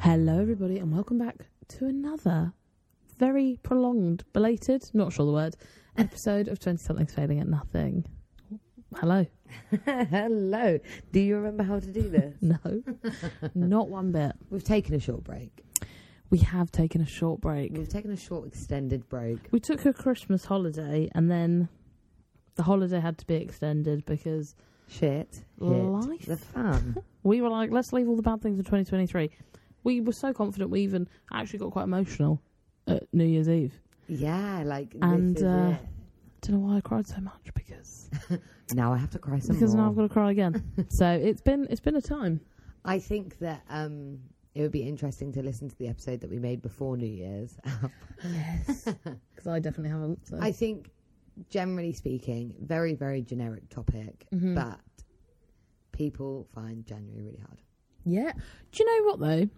Hello, everybody, and welcome back to another very prolonged, belated, not sure the word, episode of 20 Something's Failing at Nothing. Hello. Hello. Do you remember how to do this? No, not one bit. We've taken a short break. We have taken a short break. We've taken a short extended break. We took a Christmas holiday, and then the holiday had to be extended because Shit. Hit Life. The fan. we were like, let's leave all the bad things in 2023. We were so confident, we even actually got quite emotional at New Year's Eve. yeah, like And, this is uh, Don't know why I cried so much because it. now I have to cry some because more. now I've got to cry again. so it's been it's been a time. I think that um it would be interesting to listen to the episode that we made before New Year's. Yes, because I definitely haven't. So. I think generally speaking, very, very generic topic, Mhm. but people find January really hard. yeah. Do you know what though?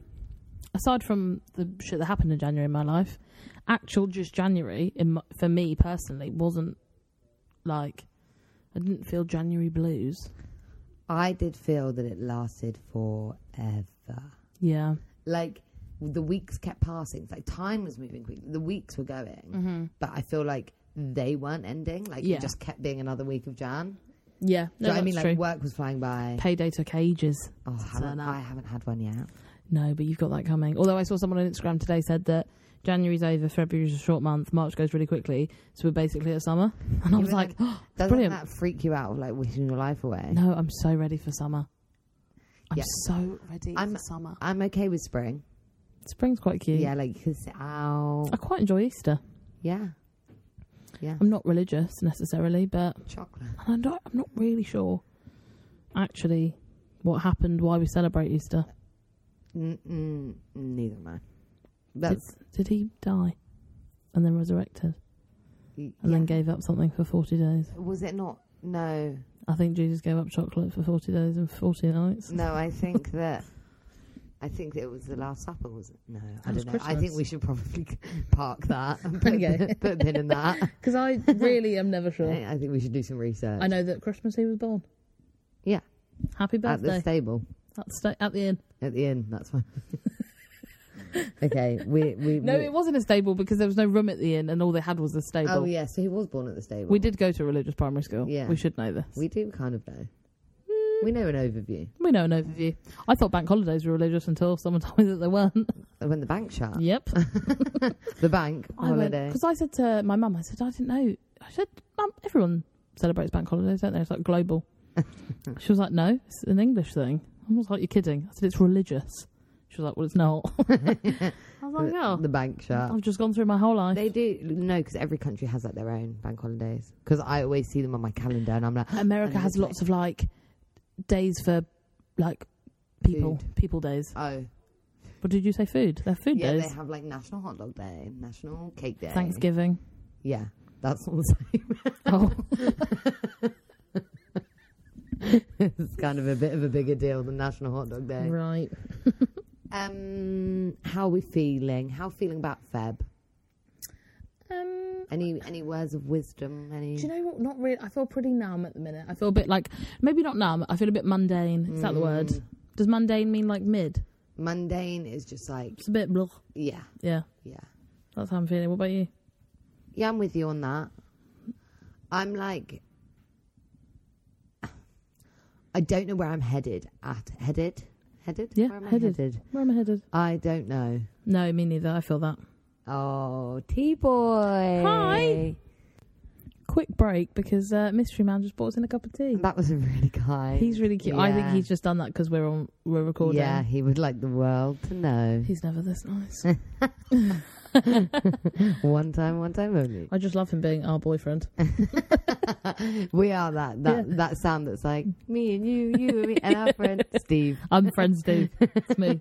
Aside from the shit that happened in January in my life, actual just January in my, for me personally wasn't like I didn't feel January blues. I did feel that it lasted forever. Yeah. like the weeks kept passing. It's like time was moving quickly. The weeks were going, Mm-hmm. but I feel like they weren't ending. Like Yeah. it just kept being another week of Jan. Yeah. Do No, you know what that's I mean? true. Like work was flying by. Payday took ages. Oh, I haven't, turn up. I haven't had one yet. No, but you've got that coming. Although I saw someone on Instagram today said that January's over, February's a short month, March goes really quickly, so we're basically at summer. And I You was mean like, Doesn't Brilliant. that freak you out? Like wishing your life away. no, I'm so ready for summer. I'm Yeah. so ready I'm- for summer. I'm okay with spring. Spring's quite cute. Yeah, like you can sit out. I quite enjoy Easter. Yeah, yeah. I'm not religious necessarily, but Chocolate. and I'm not, I'm not really sure actually what happened, why we celebrate Easter. Mm-mm, neither am I. That's Did he die and then resurrected and and then gave up something for 40 days? Was it not? No, I think Jesus gave up chocolate for 40 days and 40 nights. No, I think that I think that it was the Last Supper, was it? No, I That was don't know. I think Christmas. we should probably park that. And put, Okay. put a pin in that. Because I really am never sure. I think we should do some research. I know that Christmas he was born. Yeah. Happy At the birthday. stable, At the, sta- at the inn. at the inn. That's fine. okay, we we No, we- it wasn't a stable because there was no room at the inn and all they had was a stable. Oh yeah, so he was born at the stable. We did go to a religious primary school. Yeah. We should know this. We do kind of know. Mm. We know an overview. We know an overview. I thought bank holidays were religious until someone told me that they weren't. When the Ah, bank shut, Yep. the bank holiday. Because I said to my mum, I said, I didn't know. I said, Mum, everyone celebrates bank holidays, don't they? It's like global. she was like, No, it's an English thing. I was like, You're kidding. I said, It's religious. She was like, Well, it's not. I was like, The- Oh, the bank shut. I've just gone through my whole life. They do no, because every country has like their own bank holidays. Because I always see them on my calendar, and I'm like, America has Amazing. lots of like days for like people, people days. oh, What did you say? Food. They're food yeah, days. they have like National Hot Dog Day, National Cake Day, Thanksgiving. Yeah, that's all the same. oh, it's kind of a bit of a bigger deal than National Hot Dog Day. right. Um, how are we feeling? How feeling about Feb? Um, Any any words of wisdom? Any? Do you know what? Not really. I feel pretty numb at the minute. I feel a bit like maybe not numb. I feel a bit mundane. Is that the word? Mm. Does mundane mean like mid? Mundane is just like It's a bit blah. yeah, Yeah, yeah, that's how I'm feeling. What about you? yeah. I'm with you on that. I'm like, I don't know where I'm headed at. Headed, headed. Yeah, where am headed. I headed? Where am I headed? I don't know. No, me neither. I feel that. Oh, T boy. Hi. Quick break because uh, mystery man just brought us in a cup of tea. That was a really kind. He's really cute. I think Yeah. he's just done that because we're on we're recording. Yeah, he would like the world to know. He's never this nice. one time, one time only. I just love him being our boyfriend. we are that that Yeah. that sound that's like me and you, you and me and our friend Steve. I'm friends, dude. It's me.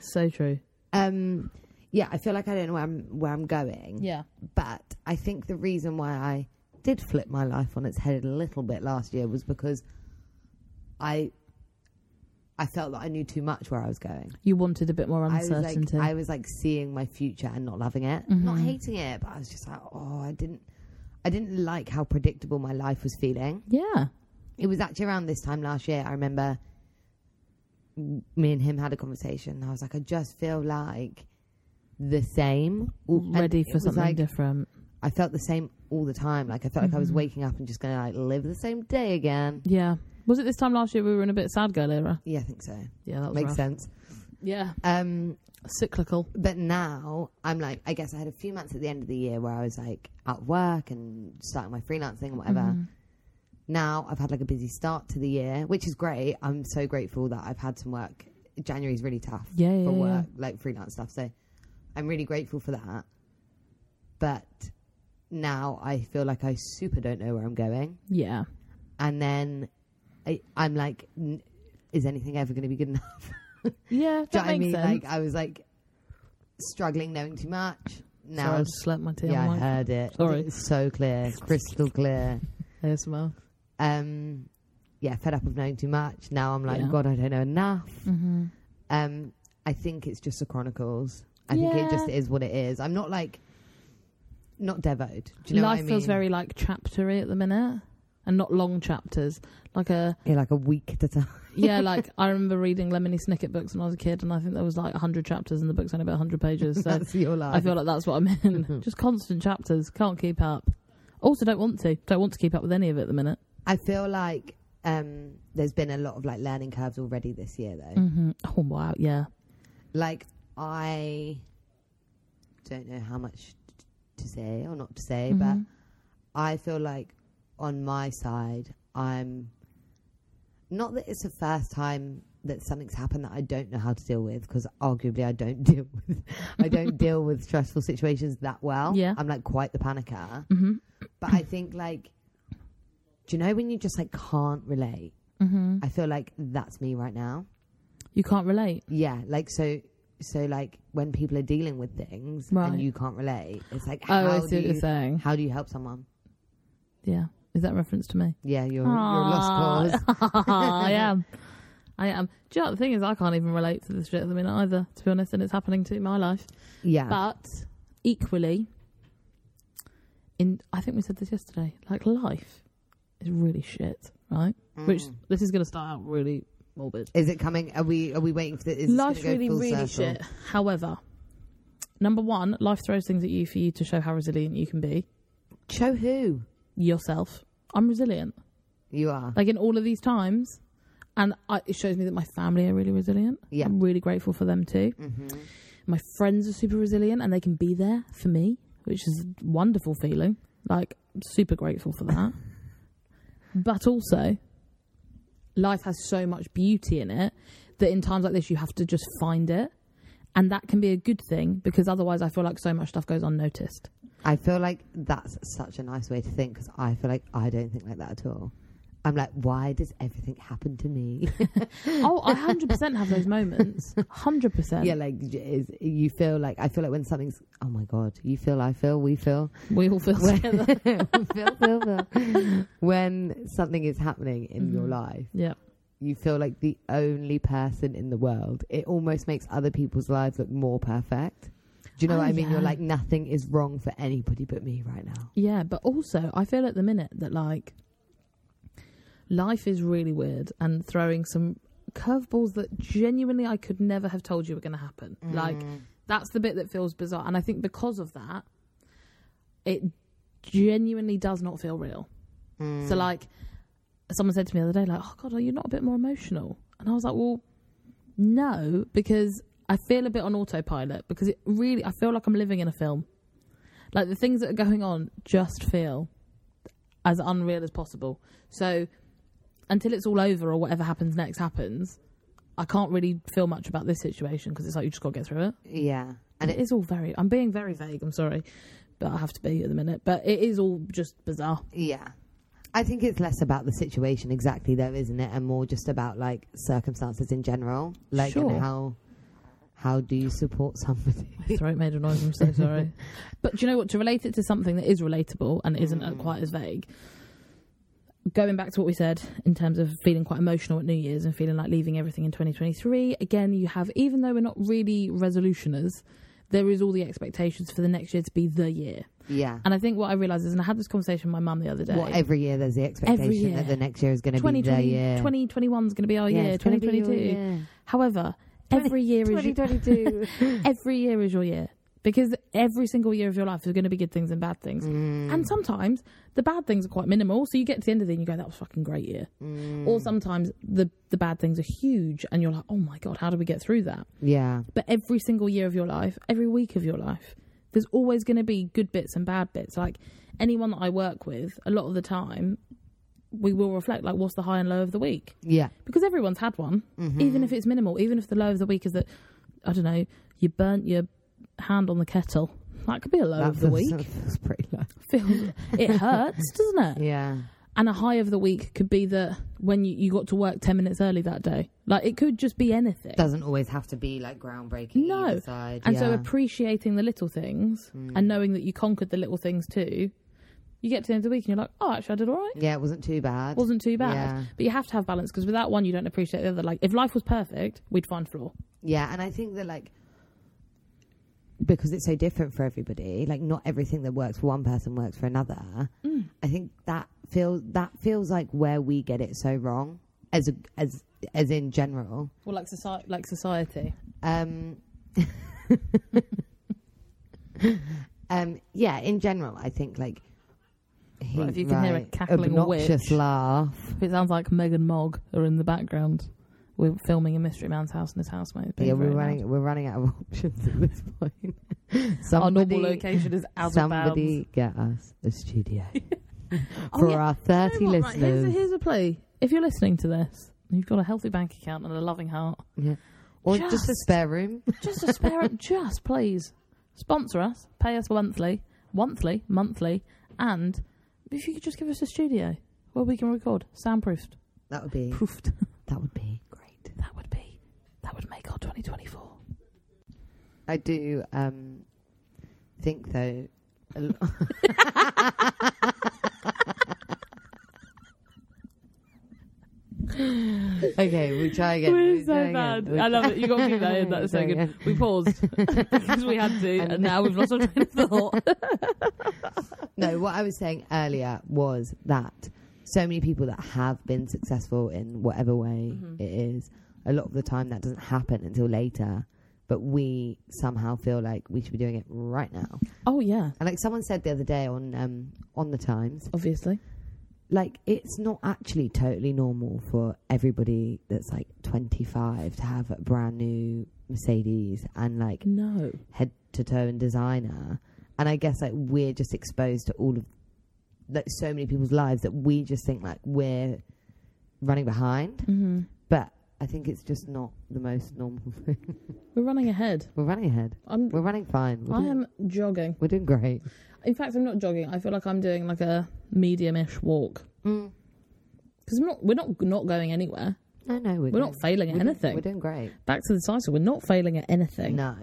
So true. Um, yeah, I feel like I don't know where I'm where I'm going. Yeah. but I think the reason why I did flip my life on its head a little bit last year was because I I felt that I knew too much where I was going. You wanted a bit more I was like uncertainty. Mm-hmm. I was like seeing my future and not loving it, not hating it, but I was just like, oh, I didn't, I didn't like how predictable my life was feeling. yeah. It was actually around this time last year. I remember me and him had a conversation. And I was like, I just feel like the same. And Ready it for was something like, different. I felt the same all the time. Like I felt like I was Mhm. waking up and just going to like live the same day again. Yeah. Was it this time last year we were in a bit of sad girl era? Yeah, I think so. Yeah, that was Makes rough. sense. Yeah. Um, Cyclical. but now I'm like, I guess I had a few months at the end of the year where I was like at work and starting my freelancing and whatever. Mhm. Now I've had like a busy start to the year, which is great. I'm so grateful that I've had some work. January's really tough Yeah, yeah, for yeah. work, like freelance stuff. So I'm really grateful for that. But now I feel like I super don't know where I'm going. Yeah. And then I, I'm like, n- is anything ever going to be good enough? Yeah, Do you that know what I makes mean? sense. Like I was like struggling knowing too much. Sorry, Now I just slapped my tea yeah, on I my heard it. Sorry. It's so clear, crystal clear. ASMR. Um, yeah, fed up of knowing too much. Now I'm like, Yeah. God, I don't know enough. Mm-hmm. Um, I think it's just the chronicles. I think it just Yeah. is what it is. I'm not like not devoted. Do you know Life what I mean? feels very like chaptery at the minute, and not long chapters. Like a yeah, like a week at a time. yeah, like I remember reading Lemony Snicket books when I was a kid, and I think there was like hundred chapters, and the book's only about hundred pages. So That's Mm-hmm. your life. I feel like that's what I'm in. Just constant chapters. Can't keep up. Also, don't want to. Don't want to keep up with any of it at the minute. I feel like um, there's been a lot of like learning curves already this year, though. Mm-hmm. Oh wow, yeah, like I don't know how much t- to say or not to say, but Mhm. I feel like on my side, I'm not that it's the first time that something's happened that I don't know how to deal with because arguably I don't deal with I don't deal with stressful situations that well. Yeah. I'm like quite the panicker, Mhm. but I think like do you know when you just like can't relate? Mhm. I feel like that's me right now. You can't relate. Yeah, like so. So like when people are dealing with things Right. and you can't relate, it's like Oh, I how see do what you're you, saying. how do you help someone? Yeah, is that a reference to me? Yeah, you're you're a lost cause. cause. I am. I am. Do you know what the thing is? I can't even relate to this shit at the minute either, to be honest, and it's happening to my life. Yeah, But equally, in I think we said this yesterday. Like life is really shit, right? Which Mm. this is going to start out really morbid. is it coming? Are we are we waiting for? The, is this Life's gonna go really, full really circle? shit. However, number one, life throws things at you for you to show how resilient you can be Show who yourself. I'm resilient. you are. like in all of these times and I, it shows me that my family are really resilient Yeah. i'm really grateful for them too hmm my friends are super resilient and they can be there for me which is a wonderful feeling like I'm super grateful for that but also life has so much beauty in it that in times like this you have to just find it and that can be a good thing because otherwise i feel like so much stuff goes unnoticed I feel like that's such a nice way to think because I feel like I don't think like that at all. I'm like, why does everything happen to me? oh i 100% have those moments 100% yeah, like j- is, you feel like I feel like when something's oh my god, you feel, I feel, we feel. we all feel When- together Phil, Phil, Phil. when something is happening in your Mhm. life, yeah you feel like the only person in the world. It almost makes other people's lives look more perfect. Do you know Oh, what I mean? You're yeah. like, nothing is wrong for anybody but me right now. Yeah, but also I feel at the minute that like life is really weird and throwing some curveballs that genuinely I could never have told you were going to happen. Mm. Like that's the bit that feels bizarre and I think because of that it genuinely does not feel real. Mm. So like someone said to me the other day like, "Oh god, are you not a bit more emotional?" And I was like, "Well, no, because I feel a bit on autopilot because it really I feel like I'm living in a film. Like the things that are going on just feel as unreal as possible. So until it's all over or whatever happens next happens, I can't really feel much about this situation because it's like you just got to get through it. yeah. And it is all very I'm being very vague, I'm sorry, but I have to be at the minute, but it is all just bizarre. Yeah. I think it's less about the situation exactly, though, isn't it? And more just about like circumstances in general, like Sure. and how how do you support somebody? My throat made a noise. I'm so sorry. but do you know what? To relate it to something that is relatable and isn't uh Mm. quite as vague. Going back to what we said in terms of feeling quite emotional at New Year's and feeling like leaving everything in 2023. Again, you have even though we're not really resolutioners, there is all the expectations for the next year to be the year. Yeah. And I think what I realised is, and I had this conversation with my mum the other day. Well, every year there's the expectation year. that the next year is going to be 2020 their year. 2021 is going to be our Yeah, year. it's gonna be your 2022. year. However, every year is your, 2022. every year is your year because every single year of your life is going to be good things and bad things. Mm, And sometimes the bad things are quite minimal, so you get to the end of the year and you go, "That was a fucking great year." mm. Or sometimes the the bad things are huge, and you're like, "Oh my god, how do we get through that?" yeah. But every single year of your life, every week of your life, there's always going to be good bits and bad bits. Like anyone that I work with, a lot of the time, we will reflect like, what's the high and low of the week? Yeah. Mm-hmm. Because everyone's had one, even Hmm. if it's minimal, even if the low of the week is that, I don't know, you burnt your hand on the kettle. That could be a low That of the feels- week. that feels pretty low. Feels, it hurts, doesn't it? Yeah. And a high of the week could be that when you, you got to work 10 minutes early that day. Like, it could just be anything. Doesn't always have to be like groundbreaking. No. either side. And so Yeah. Hmm. appreciating the little things and knowing that you conquered the little things too, you get to the end of the week and you're like, oh, actually, I did all right. yeah, it wasn't too bad. Wasn't too bad. Yeah. But you have to have balance because without one, you don't appreciate the other. Like, if life was perfect, we'd find flaw. Yeah, and I think that like because it's so different for everybody, like not everything that works for one person works for another. Mm. I think that feels that feels like where we get it so wrong as a, as as in general. Well, like, soci- like society. Um, um, yeah, in general, I think like he, Right, if you can hear a cackling obnoxious witch. laugh. It sounds like Meg and Mog are in the background. We're filming a Mystery Man's house and his housemate. is being Yeah, we're very running loud. we're running out of options at this point. Our normal Somebody- location is out Somebody of get us a studio bounds. for oh, yeah. our You 30 know what, right, listeners. here's, a, here's a plea. If you're listening to this, and you've got a healthy bank account and a loving heart, Yeah. Or just, a Just- spare room. Just a spare, just please sponsor us, pay us monthly, monthly, monthly, and if you could just give us a studio where we can record soundproofed, That would be proofed, that would be great. that would be that would make our 2024. I do um, think though. a lo- okay, we'll try again. We're We'll so try again. bad. We'll I love it. You got to keep that in. We'll That's so try good. again. We paused because we had to, and now we've lost our train of thought. No, what I was saying earlier was that so many people that have been successful in whatever way it is, a lot of the time that doesn't happen until later. But we somehow feel like we should be doing it right now. Oh yeah, And like someone said the other day on um, on the Times, obviously. like it's not actually totally normal for everybody that's like 25 to have a brand new Mercedes and like No, head to toe and designer. And I guess like we're just exposed to all of like so many people's lives that we just think like we're running behind. mm-hmm. But I think it's just not the most normal thing. we're running ahead. we're running ahead. I'm. We're running fine. We're I doing, am jogging. We're doing great. In fact, I'm not jogging. I feel like I'm doing like a medium-ish walk. Mm. because we're not we're not not going anywhere. No, no, we're, We're doing- not failing at we're doing- anything. We're doing great. Back to the title, we're not failing at anything. No.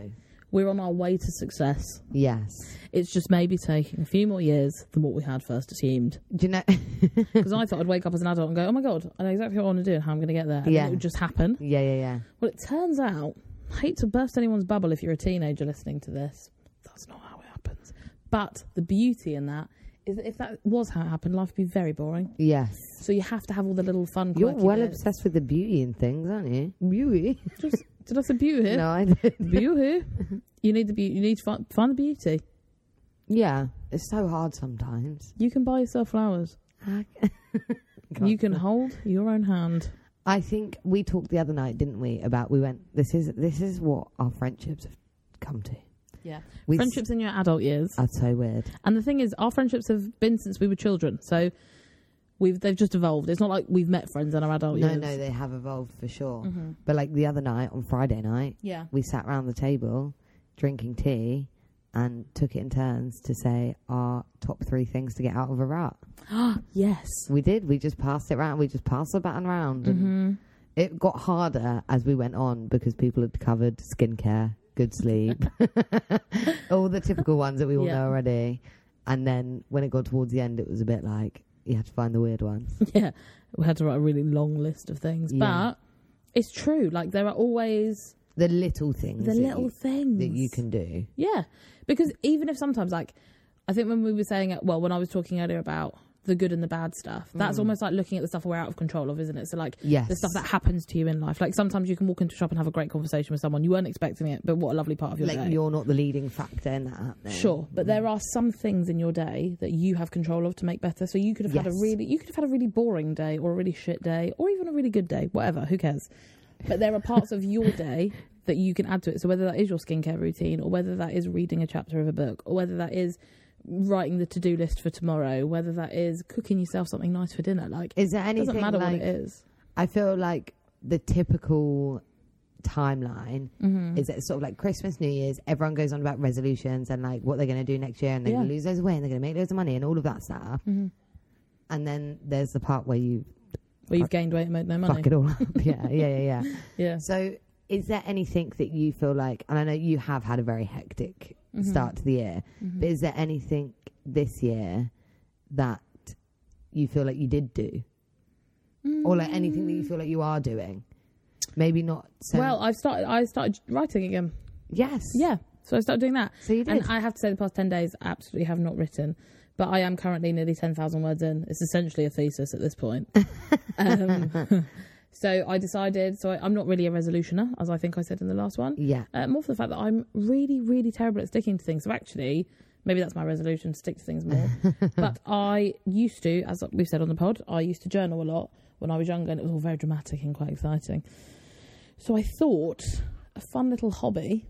We're on our way to success. Yes. It's just maybe taking a few more years than what we had first assumed. Do you know? Because I thought I'd wake up as an adult and go, "Oh my god, I know exactly what I want to do and how I'm going to get there." And Yeah. it would just happen. yeah, yeah, yeah. Well, it turns out, I hate to burst anyone's bubble if you're a teenager listening to this. That's not how it happens. But the beauty in that is that if that was how it happened, life would be very boring. Yes. So you have to have all the little fun. You're quirky well bits. obsessed with the beauty and things, aren't you? Beauty. Just, did I say beauty? no, I did. beauty. You need the beauty. You need to find, find the beauty. Yeah. It's so hard sometimes. You can buy yourself flowers. You can hold your own hand. I think we talked the other night, didn't we? About we went. This is this is what our friendships have come to. Yeah. We friendships in your adult years. are so weird. And the thing is, our friendships have been since we were children. So we've they've just evolved. It's not like we've met friends in our adult no, years. no, they have evolved for sure. Mhm. But like the other night on Friday night, Yeah. we sat round the table drinking tea and took it in turns to say our top three things to get out of a rut. yes. We did. We just passed it round. We just passed the baton round. and hmm It got harder as we went on because people had covered skincare, good sleep, all the typical ones that we all Yeah. know already. And then when it got towards the end, it was a bit like you had to find the weird ones. Yeah. We had to write a really long list of things, Yeah. but it's true. Like there are always The little things. the that little you, things that you can do. Yeah, because even if sometimes like I I think when we were saying it, well, when I was talking earlier about the good and the bad stuff, that's Mm. almost like looking at the stuff we're out of control of, isn't it? So like Yes. the stuff that happens to you in life. Like sometimes you can walk into a shop and have a great conversation with someone you weren't expecting it, but what a lovely part of your like Mm. day. you're not the leading factor in that happening. Sure, but there are some things in your day that you have control of to make better. So you could have had a Yes. really you could have had a really boring day or a really shit day or even a really good day, whatever, who cares. But there are parts of your day that you can add to it. So whether that is your skincare routine or whether that is reading a chapter of a book or whether that is writing the to-do list for tomorrow, whether that is cooking yourself something nice for dinner, like it Is there anything doesn't matter like what it is. I feel like the typical timeline Mhm. is that it's sort of like Christmas, New Year's, everyone goes on about resolutions and like what they're going to do next year and they're going Yeah. to lose loads of weight and they're going to make loads of money and all of that stuff. Mhm. And then there's the part where you Where you've gained weight and made no money. fuck it all up. yeah, yeah, yeah, yeah. Yeah. So is there anything that you feel like, and I know you have had a very hectic Mhm. start to the year, Mhm. but is there anything this year that you feel like you did do or like anything that you feel like you are doing? Maybe not so. well, I've started. I started writing again. yes. Yeah, so I started doing that. So you did. And I have to say, the past 10 days, I absolutely have not written. But I am currently nearly 10,000 words in. It's essentially a thesis at this point. um, so I decided, so I, I'm not really a resolutioner, as I think I said in the last one. yeah. Uh, more for the fact that I'm really, really terrible at sticking to things. So actually, maybe that's my resolution, stick to things more. but I used to, as we've said on the pod, I used to journal a lot when I was younger and it was all very dramatic and quite exciting. So I thought a fun little hobby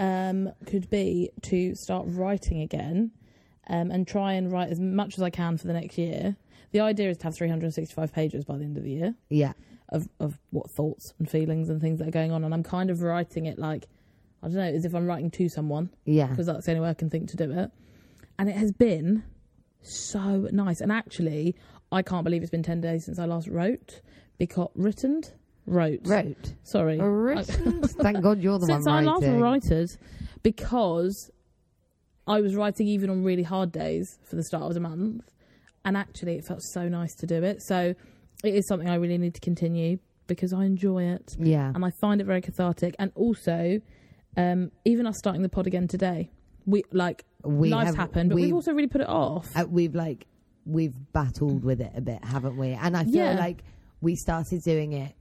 um, could be to start writing again um, and try and write as much as I can for the next year. The idea is to have 365 pages by the end of the year Yeah. of of what thoughts and feelings and things that are going on, and I'm kind of writing it like I don't know, as if I'm writing to someone Yeah. because that's the only way I can think to do it. And it has been so nice, and actually, I can't believe it's been ten days since I last wrote because written wrote Wrote. sorry Written. Thank God you're the since I one last writing. wrote because I was writing even on really hard days for the start of the month, and actually it felt so nice to do it. So it is something I really need to continue because I enjoy it Yeah. and I find it very cathartic. And also, um, even us starting the pod again today, we like We um, lives have- happen, but we've, we've- also really put it off. Uh, we've like we've battled with it a bit, haven't we? And I feel Yeah. like we started doing it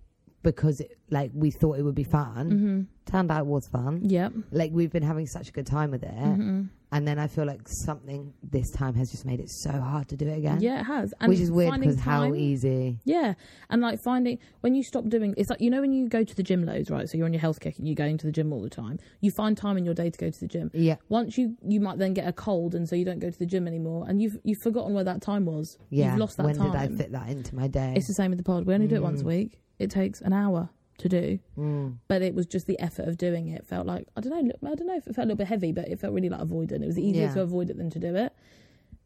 because it, like we thought it would be fun. Mm-hmm. Turned out it was fun. yeah, Like we've been having such a good time with it, Mm-hmm. and then I feel like something this time has just made it so hard to do it again. yeah, it has, and Which is weird finding because how time- easy. Yeah, and like finding when you stop doing it's like you know when you go to the gym loads, right? So you're on your health kick and you're going to the gym all the time. You find time in your day to go to the gym. Yeah. Once you you might then get a cold and so you don't go to the gym anymore, and you've you've forgotten where that time was. Yeah. you've lost that when time. did I fit Mm. that into my day? It's the same with the pod. We only do it once a week. It takes an hour to do, Mm. but it was just the effort of doing it. Felt like I don't know. I don't know if it felt a little bit heavy, but it felt really like avoiding. It was easier Yeah. to avoid it than to do it.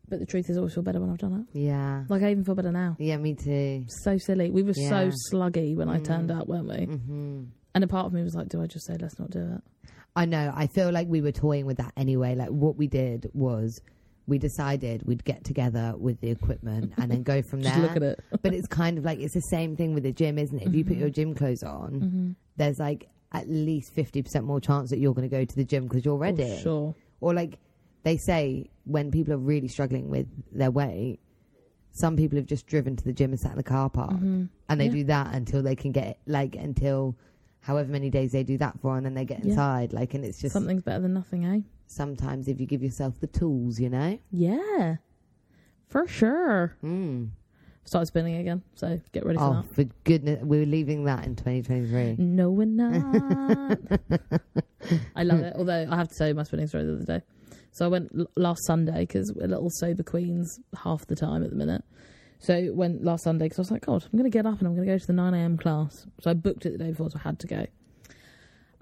But the truth is, I always feel better when I've done it. Yeah. Like I even feel better now. Yeah. Me too. So silly. We were so Yeah. Mm. sluggy when I turned up, weren't we? hmm And a part of me was like, do I just say let's not do it? I know. I feel like we were toying with that anyway. Like what we did was we decided we'd get together with the equipment and then go from there. Just look at it. Mm-hmm. But it's kind of like it's the same thing with the gym, isn't it? If you put your gym clothes Oh, on, there's like at least fifty percent more chance that you're going to go to the gym because you're ready. Oh, sure. Or like they say, when people are really struggling with their weight, some people have just driven to the gym and sat in the car park, and they Mm-hmm. Yeah. do that until they can get like until however many days they do that for, and then they get Yeah. inside. Like, and it's just Something's better than nothing, eh? sometimes if you give yourself the tools, you know. Yeah. For sure. Mm. Started spinning again, so get ready for Oh, for goodness, we're leaving that in 2023. that. No, we're not. I love it. Although I have to tell you my spinning story the other day. So I went l- last Sunday because we're little sober queens half the time at the minute. So went last Sunday because I was like, God, I'm going to get up and I'm going to go to the 9 a.m. class. So I booked it the day before, so I had to go.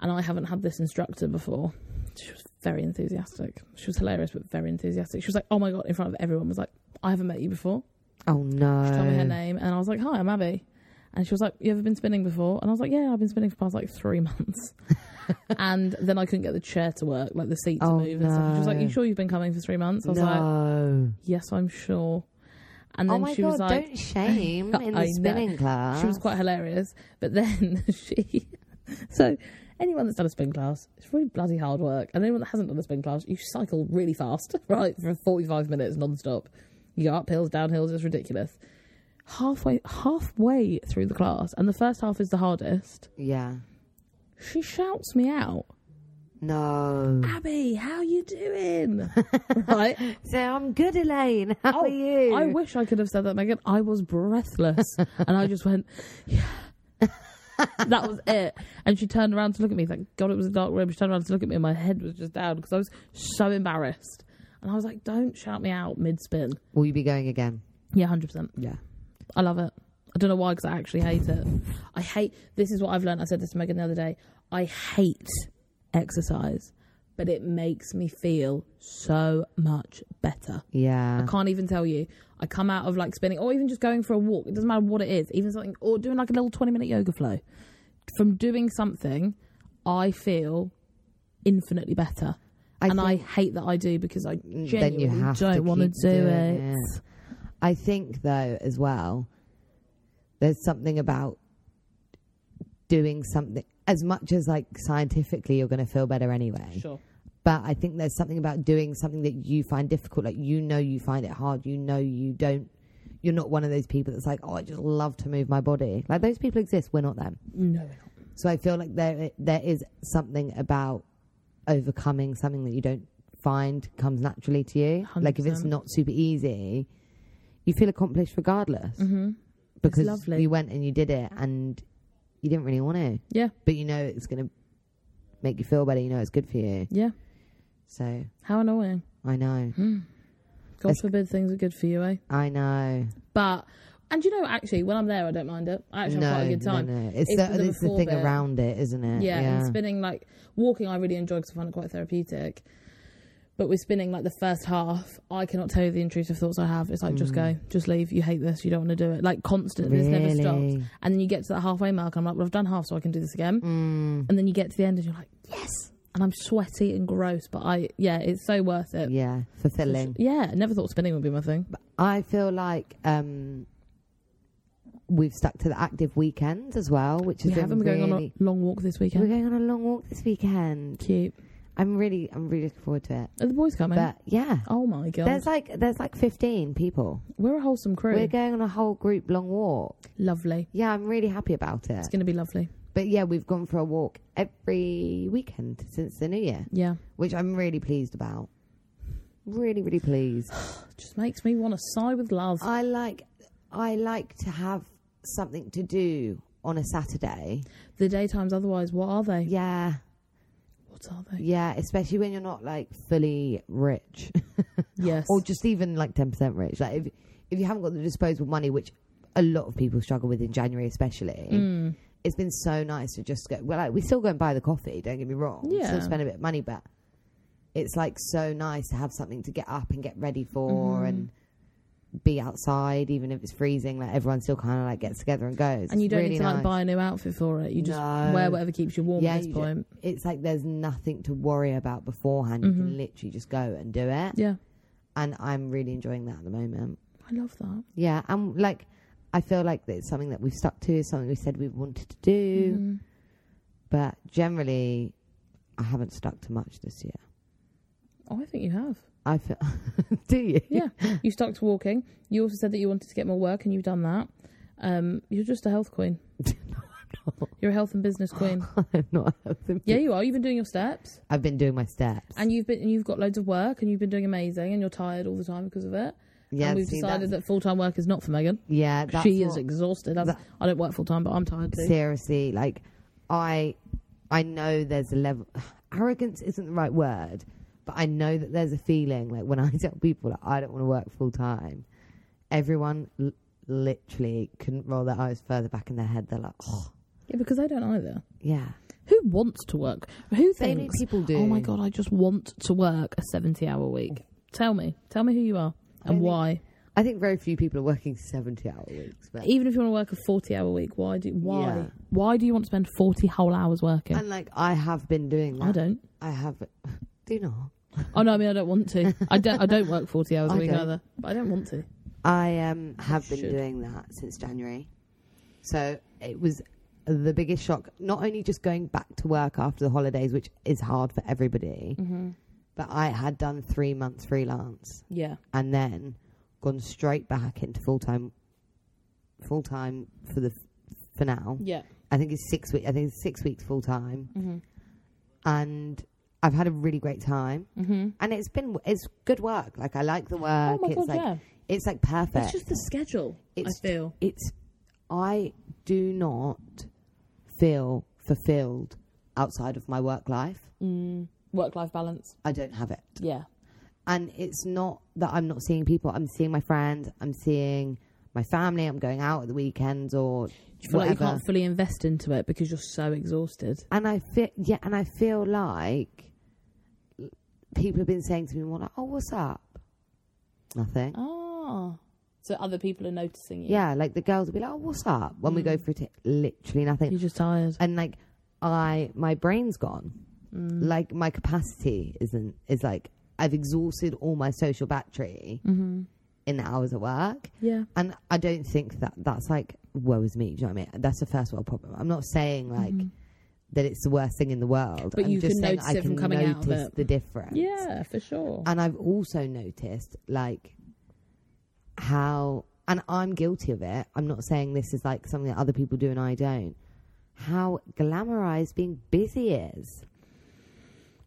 And I haven't had this instructor before. She was very enthusiastic. She was hilarious, but very enthusiastic. She was like, Oh my God, in front of everyone, was like, I haven't met you before. Oh no! She told me her name, and I was like, "Hi, I'm Abby." And she was like, "You ever been spinning before?" And I was like, "Yeah, I've been spinning for past like three months." and then I couldn't get the chair to work, like the seat to Oh, move. And stuff. She was like, no. "You sure you've been coming for three months?" I was like, no. "Yes, I'm sure." And oh then my she god! was like, don't shame in I the know. Ah. spinning class. she was quite hilarious. But then she, so anyone that's done a spin class, it's really bloody hard work. And anyone that hasn't done a spin class, you cycle really fast, right, for 45 minutes non-stop. You go up hills, down hills, it's ridiculous. Halfway, halfway through the class, and the first half is the hardest. Yeah. She shouts me out, No. "Abby, how you doing?" right? So I'm good, Elaine. How are you? Oh, I wish I could have said that, Megan. I was breathless, and I just went, "Yeah." that was it. And she turned around to look at me. Thank God it was a dark room. She turned around to look at me, and my head was just down because I was so embarrassed. And I was like, "Don't shout me out mid spin." Will you be going again? Yeah, hundred percent. Yeah. I love it. I don't know why, because I actually hate it. I hate. This is what I've learned. I said this to Megan the other day. I hate exercise, but it makes me feel so much better. I Yeah. can't even tell you. I come out of like spinning or even just going for a walk. It doesn't matter what it is, even something or doing like a little 20 minute yoga flow. From doing something, I feel infinitely better. I and I think- hate that I do because I you genuinely have to don't want to keep do doing it. it. I think though as well, there's something about doing something as much as like scientifically you're going to feel better anyway. Sure. But I think there's something about doing something that you find difficult. Like you know you find it hard. You know you don't. You're not one of those people that's like, oh, I just love to move my body. Like those people exist. We're not them. No, we're not. So I feel like there there is something about overcoming something that you don't find comes naturally to you. Like if it's 100%. not super easy, you feel accomplished regardless Mm-hmm. because lovely. you went and you did it and you didn't really want to, Yeah, but you know it's going to make you feel better. You know it's good for you. yeah. So How annoying. I know, God That's- forbid things are good for you, eh? I know. But and you know, actually, when I'm there, I don't mind it. I actually no, have quite a good time. no, no. It's, It's the, the it's the before thing bit. around it, isn't it? yeah, and spinning like walking i really enjoy because i find it quite therapeutic but with spinning like the first half i cannot tell you the intrusive thoughts i have it's like Mm. just go just leave you hate this you don't want to do it like constant this never stops Really? and then you get to that halfway mark and i'm like well i've done half so i can do this again Mm, and then you get to the end and you're like yes and i'm sweaty and gross but i yeah it's so worth it yeah, fulfilling. yeah I never thought spinning would be my thing I feel like um, we've stuck to the active weekends as well, which we has haven't been been going really. on a long walk this We're weekend going on a long walk this weekend. cute I'm really, I'm really looking forward to it. are the boys coming But yeah, oh my god there's like there's like 15 people. we're a wholesome crew We're going on a whole group long walk. lovely Yeah, I'm really happy about it. it's going to be lovely But yeah, we've gone for a walk every weekend since the new year, yeah which I'm really pleased about. Really, really pleased. just makes me want to sigh with love. I like I like to have something to do on a Saturday. the daytimes, otherwise, what are they? Yeah, What are they? yeah, especially when you're not like fully rich Yes. or just even like 10% rich. Like if if you haven't got the disposable money which a lot of people struggle with in January especially. Mm. It's been so nice to just go well like we still go and buy the coffee, don't get me wrong. We Yeah. Still spend a bit of money but it's like so nice to have something to get up and get ready for Mhm. and be outside even if it's freezing like everyone still kind of like gets together and goes and you It's don't really need to like nice. buy a new outfit for it. You just No. wear whatever keeps you warm Yeah, at this you ju- point. it's like there's nothing to worry about beforehand. You Mhm. can literally just go and do it. yeah. And I'm really enjoying that at the moment. I love that. Yeah. And like, I feel like it's something that we've stuck to, is something we said we wanted to do. Mhm. But generally, I haven't stuck to much this year. Oh, I think you have. I feel. do you? Yeah. you stuck to walking. You also said that you wanted to get more work, and you've done that. Um, you're just a health queen. You're a health and business queen. I'm not helping. yeah, you are. You've been doing your steps, I've been doing my steps. and you've been and you've got loads of work, and you've been doing amazing, and you're tired all the time because of it. yeah, and we've see, decided that's- that full time work is not for Megan. yeah, that's she is what- exhausted. I've- that- I don't work full time, but I'm tired too. seriously like i i know there's a level arrogance isn't the right word but i know that there's a feeling like when i tell people like, i don't want to work full time everyone l- literally couldn't roll their eyes further back in their head they're like oh Yeah, because I don't either. yeah Who wants to work? Who They know thinks, people do oh my God, I just want to work a 70 hour week? Tell me. Tell me who you are I and think- why. i think very few people are working 70 hour weeks but Even if you want to work a 40 hour week, why do, why? Yeah. Why do you want to spend 40 whole hours working? and like i have been doing that I don't. i have do you know Oh no, I mean I don't want to. I don't. I don't work forty hours a I week don't. either. But I don't want to. I um, have been should. doing that since January. So it was the biggest shock, not only just going back to work after the holidays, which is hard for everybody, Mm-hmm. but I had done three months freelance Yeah. and then gone straight back into full time, full time for the for now. Yeah. I think it's six weeks. I think it's six weeks full time, Mm-hmm. and I've had a really great time. Mm-hmm. And it's been it's good work. Like I like the oh work. my Uh, it's god, like yeah. it's like perfect. It's just the schedule. It's- I feel. it's I do not feel fulfilled outside of my work life. Mm. Work-life balance. I don't have it. Yeah. And it's not that I'm not seeing people, I'm seeing my friends, I'm seeing my family, I'm going out at the weekends or Do you feel like you Whatever. can't fully invest into it because you're so exhausted? and I feel yeah, and I feel like people have been saying to me more like, Oh, what's up? Nothing. Ah. So other people are noticing you. Yeah, like the girls will be like, Oh, what's up? When we go Mm. for a t- literally nothing. You're just tired. and like I my brain's gone. Mm. Like my capacity isn't is like I've exhausted all my social battery Mm-hmm. in the hours at work, Yeah. and I don't think that that's like woe is me. Do you know what I mean? That's a first world problem. I'm not saying like Mhm. that it's the worst thing in the world. But I'm you just can saying notice I it can from coming out of notice it. the difference. Yeah, for sure. and I've also noticed like how, and I'm guilty of it. I'm not saying this is like something that other people do and I don't. How glamorized being busy is.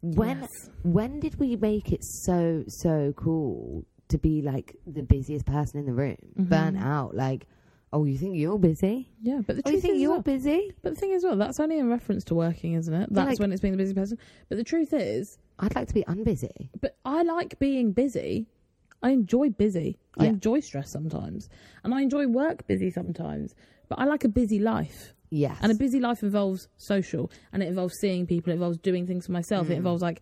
When Yes. when did we make it so so cool to be like the busiest person in the room, Mhm. burnt out? Like, oh, you think you're busy? Yeah, but the Oh, you truth think is, you're well, busy? but the thing is, well, that's only in reference to working, isn't it? That's like- when it's being the busy person. But the truth is, I'd like to be unbusy. but I like being busy. I enjoy busy. I Yeah. enjoy stress sometimes, and I enjoy work busy sometimes. But I like a busy life, Yes, and a busy life involves social, and it involves seeing people, it involves doing things for myself, Mm. it involves like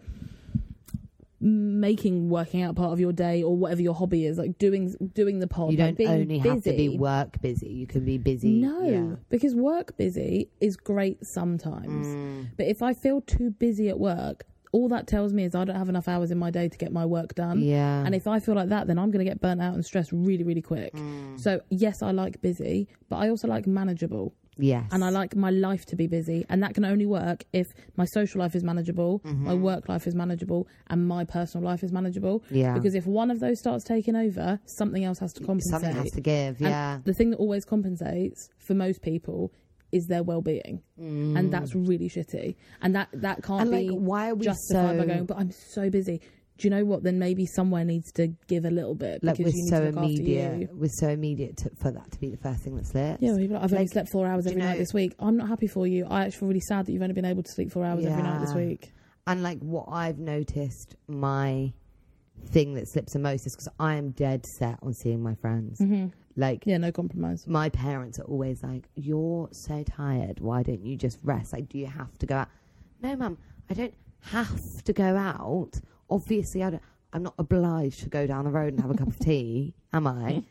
making working out part of your day or whatever your hobby is, like doing doing the pod. you like don't being only have to busy. be work busy. You can be busy. No, yeah. because work busy is great sometimes. Mm. But if I feel too busy at work, all that tells me is I don't have enough hours in my day to get my work done. Yeah. Um, And if I feel like that, then I'm going to get burnt out and stressed really, really quick. Mm. So, yes, I like busy, but I also like manageable. Yes. And I like my life to be busy. And that can only work if my social life is manageable, Mm-hmm. my work life is manageable, and my personal life is manageable. Yeah. Because if one of those starts taking over, something else has to compensate. something has to give. And Yeah. the thing that always compensates for most people is their well-being, and that's really shitty. And that that can't Mm. And, be like, why are we justified by so- going? But I'm so busy. Do you know what? Then maybe somewhere needs to give a little bit Like we're because you need so to look after immediate. you. We're so immediate to, for that to be the first thing that slips. Yeah, well, people are like, I've only Like, slept four hours do you every night know- this week. I'm not happy for you. I actually feel really sad that you've only been able to sleep four hours every night this Yeah. week. And like what I've noticed, my thing that slips the most is because I am dead set on seeing my friends. Mm. Like Mm-hmm. Yeah, no compromise. my parents are always like, "You're so tired. Why don't you just rest? Like, do you have to go out?" No, mum, I don't have to go out. Obviously, I don't. I'm not obliged to go down the road and have a cup of tea, am I?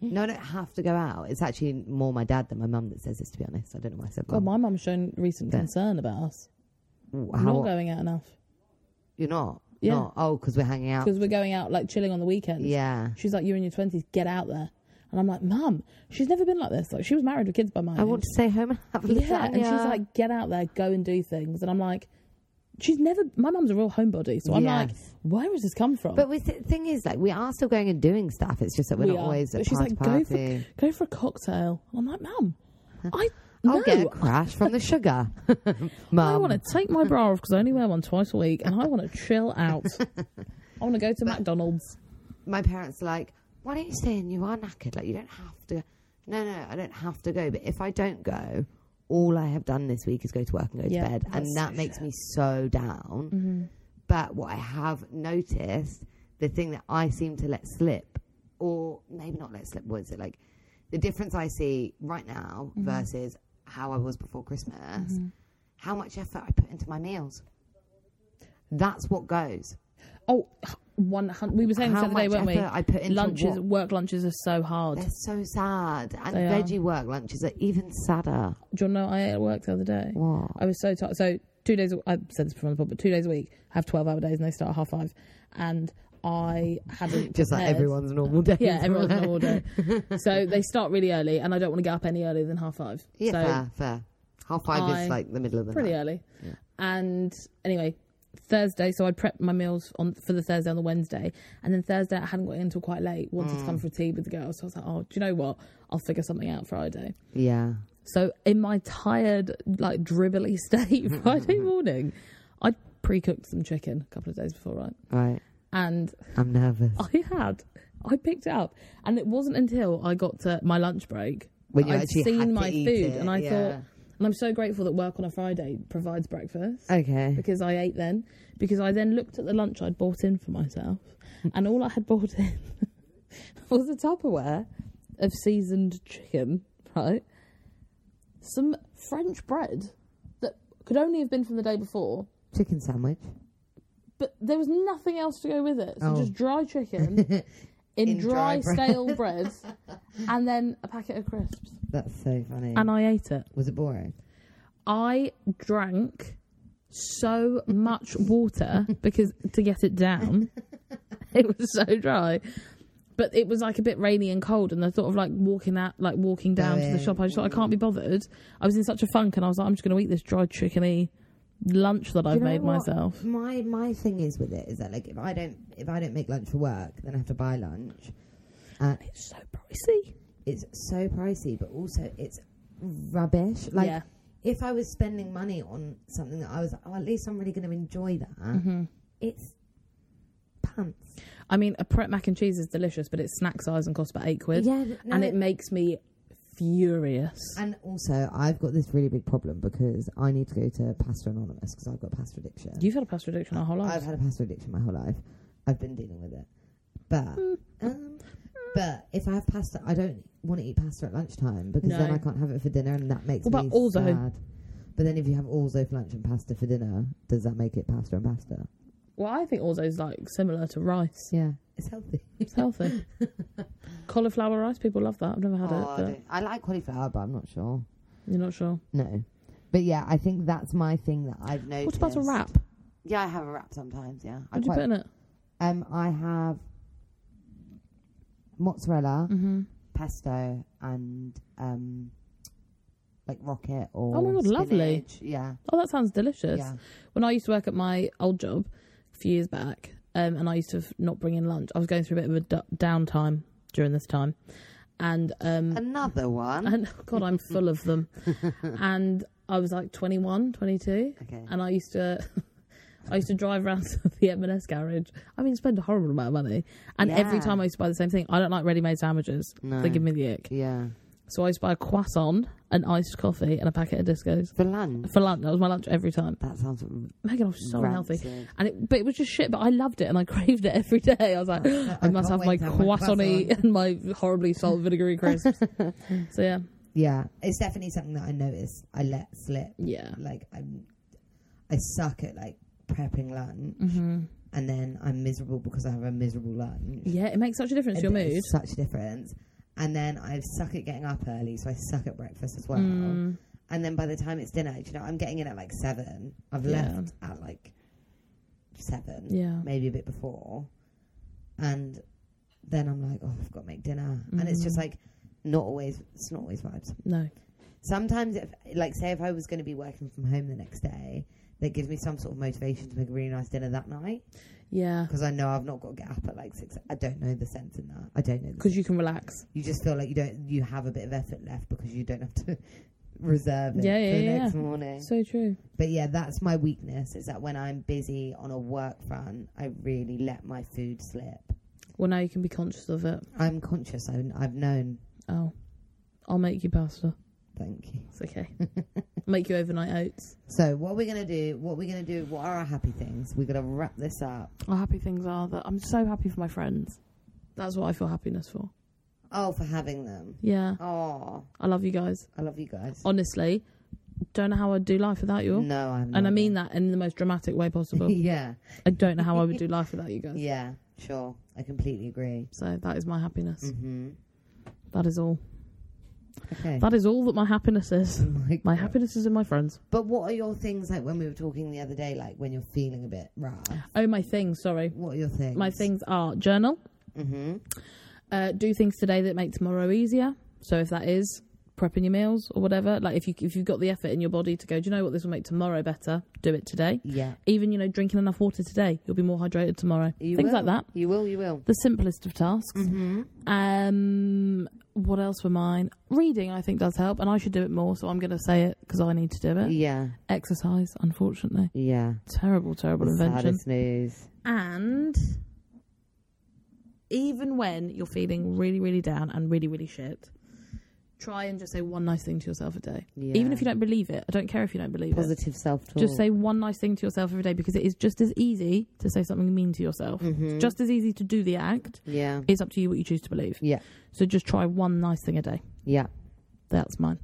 No, I don't have to go out. It's actually more my dad than my mum that says this. To be honest, I don't know why I said God, mum. my mum's shown recent Yeah. concern about us. We're How not going out enough you're not? Yeah. Not? Oh, because we're hanging out. because we're going out like chilling on the weekends. Yeah. She's like, you're in your twenties, get out there. And I'm like, Mum, she's never been like this. Like she was married with kids by my I age. want to stay home and have a yeah, and she's lasagna. like, get out there, go and do things. And I'm like, she's never. My mum's a real homebody, so I'm like, Yes. where has this come from? But we, the thing is, like, we are still going and doing stuff. It's just that we're We not are. always But at she's party like, go party. for go for a cocktail. And I'm like, Mum, I I'll no, get a crash from the sugar, I want mum. to take my bra off because I only wear one twice a week, and I want to chill out. I want to go to McDonald's. My parents are like, why don't you stay in? You are knackered. Like, you don't have to. No, no, I don't have to go. But if I don't go, all I have done this week is go to work and go Yeah, to bed, that's Mm-hmm. and that so makes shit. me so down. But what I have noticed, the thing that I seem to let slip, or maybe not let slip, what is it like? The difference I see right now Mm-hmm. versus how I was before Christmas, how much effort I put into my meals. That's what goes. Oh, one hundred. We were saying this how the other day, much weren't effort we? I put into Lunches, what- work lunches are so hard. They're so sad, and They are. veggie work lunches are even sadder. Do you know what I ate at work the other day? What? I was so tired. So two days. I said this before on the pod, but two days a week. I have twelve hour days, and they start at half five. And I hadn't Just like prepared- everyone's normal day. Yeah, everyone's in order. so they start really early, and I don't want to get up any earlier than half five. Yeah, so fair, fair. Half five I- is like the middle of the pretty night. early. Yeah. And anyway, Thursday, so I'd prep my meals on for the Thursday on the Wednesday, and then Thursday I hadn't got in until quite late. Wanted to come for tea with the girls, so I was like, oh, do you know what? I'll figure something out Friday. Yeah. So in my tired, like dribbly state Friday morning, I pre-cooked some chicken a couple of days before, right? Right. And I'm nervous. I had, I picked it up, and it wasn't until I got to my lunch break When that you I'd actually seen had to my eat food, it, and I yeah. thought, and I'm so grateful that work on a Friday provides breakfast Okay. because I ate then. Because I then looked at the lunch I'd bought in for myself, and all I had bought in was a Tupperware of seasoned chicken, right? Some French bread that could only have been from the day before, Chicken sandwich. but there was nothing else to go with it. So Oh. just dry chicken in, In dry, dry bread. stale bread, and then a packet of crisps. That's so funny. And I ate it. was it boring? I drank so much water because to get it down, it was so dry. But it was like a bit rainy and cold, and the thought of like walking out, like walking down to yeah. the shop, I just thought I can't be bothered. I was in such a funk, and I was like, I'm just going to eat this dried chickeny lunch that I've know made what? myself. My my thing is with it is that like if I don't if I don't make lunch for work, then I have to buy lunch. Uh, It's so pricey. it's so pricey, but also it's rubbish. Like Yeah. if I was spending money on something that I was like, oh, at least I'm really going to enjoy that. Mm-hmm. It's pants. I mean, a prep mac and cheese is delicious, but it's snack size and costs about eight quid, yeah, but no, and it makes me furious. And also, I've got this really big problem because I need to go to Pasta Anonymous because I've got pasta addiction. You've had a pasta addiction our whole life. I've had a pasta addiction my whole life. I've been dealing with it, but Mm. um, but if I have pasta, I don't want to eat pasta at lunchtime because then No. I can't have it for dinner, and that makes What about me orzo? sad. But then if you have orzo for lunch and pasta for dinner, does that make it pasta and pasta? Well, I think also is like similar to rice. Yeah, it's healthy. It's healthy. Cauliflower rice, people love that. I've never had it, but Oh, I like cauliflower, but I'm not sure. you're not sure. No, but yeah, I think that's my thing that I've noticed. What about a wrap? Yeah, I have a wrap sometimes. Yeah, I What do you put in it? Um, I have mozzarella, Mm-hmm. pesto, and um, like rocket or Oh my God, lovely. spinach. Yeah, Oh, that sounds delicious. yeah. When I used to work at my old job a few years back, um, and I used to f- not bring in lunch, I was going through a bit of a d- downtime during this time. And, um, Another one. and God, I'm full of them. and I was like 21, 22. okay. and I used to I used to drive around to the M&S garage. I mean, spend a horrible amount of money. And every Yeah. time I used to buy the same thing, I don't like ready-made sandwiches. No. They give me the ick. yeah. So I used to buy a croissant, an iced coffee, and a packet of discos For lunch. for lunch. That was my lunch every time. That sounds Megan, I was so unhealthy. rancid. And it, but it was just shit. But I loved it, and I craved it every day. I was like, I, I must have can't my wait to have my croissant croissant. and my horribly salt vinegary crisps. so yeah, Yeah, it's definitely something that I notice. I let slip. yeah, Like I'm, I suck at like prepping lunch, hmm and then I'm miserable because I have a miserable lunch. yeah. It makes such a difference to your It- mood. it's Such a difference. And then I suck at getting up early, so I suck at breakfast as well. Mm. And then by the time it's dinner, do you know, I'm getting in at like seven. I've Yeah. left at like seven, Yeah. maybe a bit before. And then I'm like, oh, I've got to make dinner. And it's Mm. just like, not always, it's not always vibes. No. Sometimes, if, like, say if I was going to be working from home the next day, that gives me some sort of motivation to make a really nice dinner that night Yeah. because I know I've not got to get up at like six. I don't know the sense in that. I don't know the Because you can relax. you just feel like you don't you have a bit of effort left because you don't have to reserve it Yeah, for the yeah, next morning. So true. but yeah, that's my weakness is that when I'm busy on a work front, I really let my food slip. Well, now you can be conscious of it. I'm conscious. I, I've known. Oh, I'll make you pasta. Thank you. It's okay. make you overnight oats. So what we're gonna do? What we're gonna do? What are our happy things? We're gonna wrap this up. Our happy things are that I'm so happy for my friends. That's what I feel happiness for. Oh, for having them. Yeah, Oh, I love you guys. I love you guys. Honestly, don't know how I'd do life without you. all. No, I'm. And I mean that in the most dramatic way possible. yeah, I don't know how I would do life without you guys. yeah, sure. I completely agree. So that is my happiness. hmm That is all. Okay. Oh That is all that my happiness is. my My God. happiness is in my friends. But what are your things like when we were talking the other day, like when you're feeling a bit rough? Oh, my things. Sorry. What are your things? My things are journal. Mm-hmm. uh, do things today that make tomorrow easier. So if that is prepping your meals or whatever. Like if you if you've got the effort in your body to go, do you know what this will make tomorrow better? Do it today. Yeah. Even you know drinking enough water today, you'll be more hydrated tomorrow. You Things will. Mm-hmm. like that. You will, you will. The simplest of tasks. Um, what else were mine? Reading, I think, does help, and I should do it more. So I'm going to say it because I need to do it. Yeah. Exercise, unfortunately, Yeah. terrible, terrible invention. Saddest news. And even when you're feeling really, really down and really, really shit, try and just say one nice thing to yourself a day. Yeah. Even if you don't believe it, I don't care if you don't believe it. Positive self talk. Just say one nice thing to yourself every day because it is just as easy to say something mean to yourself. Mm-hmm. It's just as easy to do the act. Yeah. It's up to you what you choose to believe. Yeah. So just try one nice thing a day. Yeah. That's mine.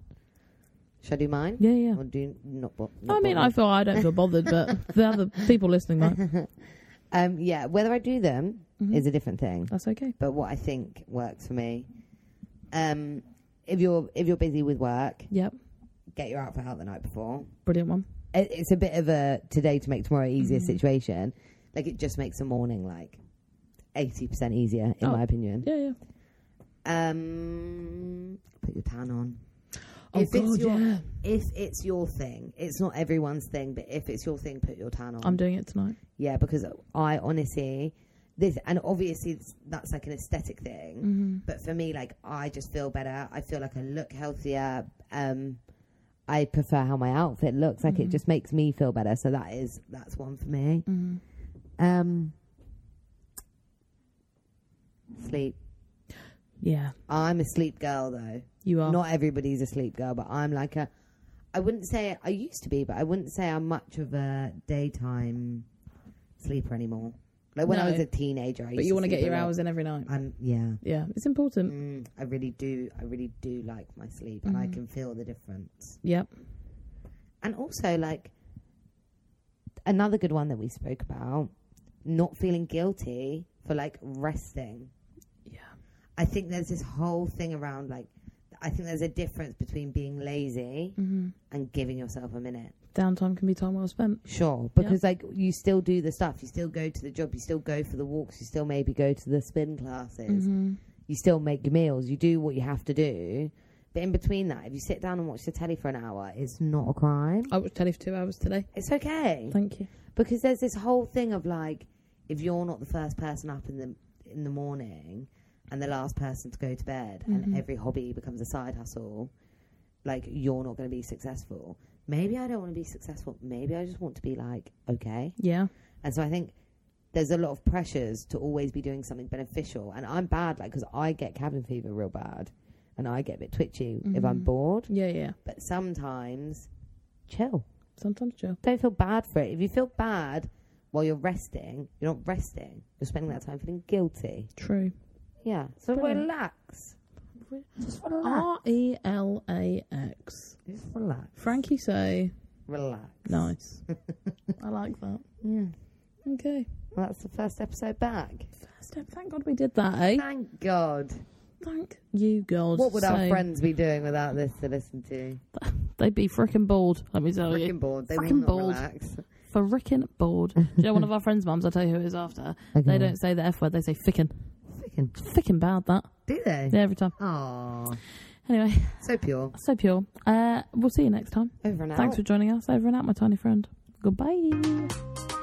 Should I do mine? Yeah, yeah. Or do you not, bo- not I mean, I bother? feel I don't feel bothered, but the other people listening might. Um, yeah, whether I do them Mhm. is a different thing. That's okay. But what I think works for me, um, if you're if you're busy with work, Yep. get your outfit out the night before. Brilliant one. It, it's a bit of a today to make tomorrow easier Mm-hmm. situation. Like it just makes the morning like eighty percent easier, in Oh. my opinion. Yeah, yeah. Um, put your tan on. Oh, If it's God, your- yeah. If it's your thing, it's not everyone's thing, but if it's your thing, put your tan on. I'm doing it tonight. Yeah, because I honestly this and obviously it's- that's like an aesthetic thing, but for me, like I just feel better. I feel like I look healthier. Um, I prefer how my outfit looks. Like Mm-hmm. it just makes me feel better. So that is that's one for me. Mm-hmm. Um, sleep. Yeah, I'm a sleep girl though. you are. Not everybody's a sleep girl, but I'm like a. I wouldn't say I used to be, but I wouldn't say I'm much of a daytime sleeper anymore. Like when I No. was a teenager, I but you want to get your hours in every night. I'm yeah. Yeah, it's important. Mm, I really do. I really do like my sleep, and I can feel the difference. Yep. And also, like another good one that we spoke about, not feeling guilty for like resting. Yeah. I think there's this whole thing around like I think there's a difference between being lazy Mm-hmm. and giving yourself a minute. Downtime can be time well spent. Sure, because like you still do the stuff, you still go to the job, you still go for the walks, you still maybe go to the spin classes, Mm-hmm. you still make your meals, you do what you have to do. But in between that, if you sit down and watch the telly for an hour, it's not a crime. I watched telly for two hours today. It's okay Thank you. because there's this whole thing of like if you're not the first person up in the in the morning and the last person to go to bed and every hobby becomes a side hustle like you're not going to be successful maybe i don't want to be successful maybe i just want to be like okay Yeah. and so i think there's a lot of pressures to always be doing something beneficial and i'm bad like because i get cabin fever real bad and i get a bit twitchy if i'm Mhm. bored Yeah, yeah. but sometimes chill Sometimes, Joe. don't feel bad for it. If you feel bad while you're resting, you're not resting. You're spending that time feeling guilty. True. Yeah. So Brilliant. relax. Re- Just relax. R E L A X. Just relax. Frankie say Relax. nice. I like that. Yeah. Okay. Well, that's the first episode back. First step. Thank God we did that, eh? Thank God. Thank you, God. What would our So- friends be doing without this to listen to? They'd be frickin' bored. Let me tell you. Freaking bored. They will Frickin' not Oh, bored. relax. Frickin' bored. Do you know one of our friends' mums? I'll tell you who it is after. They don't say the F word. They say fickin'. Freaking. Fickin' bad that. Do they? Yeah, every time. Aw. Anyway, So pure. so pure. Uh, we'll see you next time. Over and out. Thanks for joining us. Over and out, my tiny friend. Goodbye.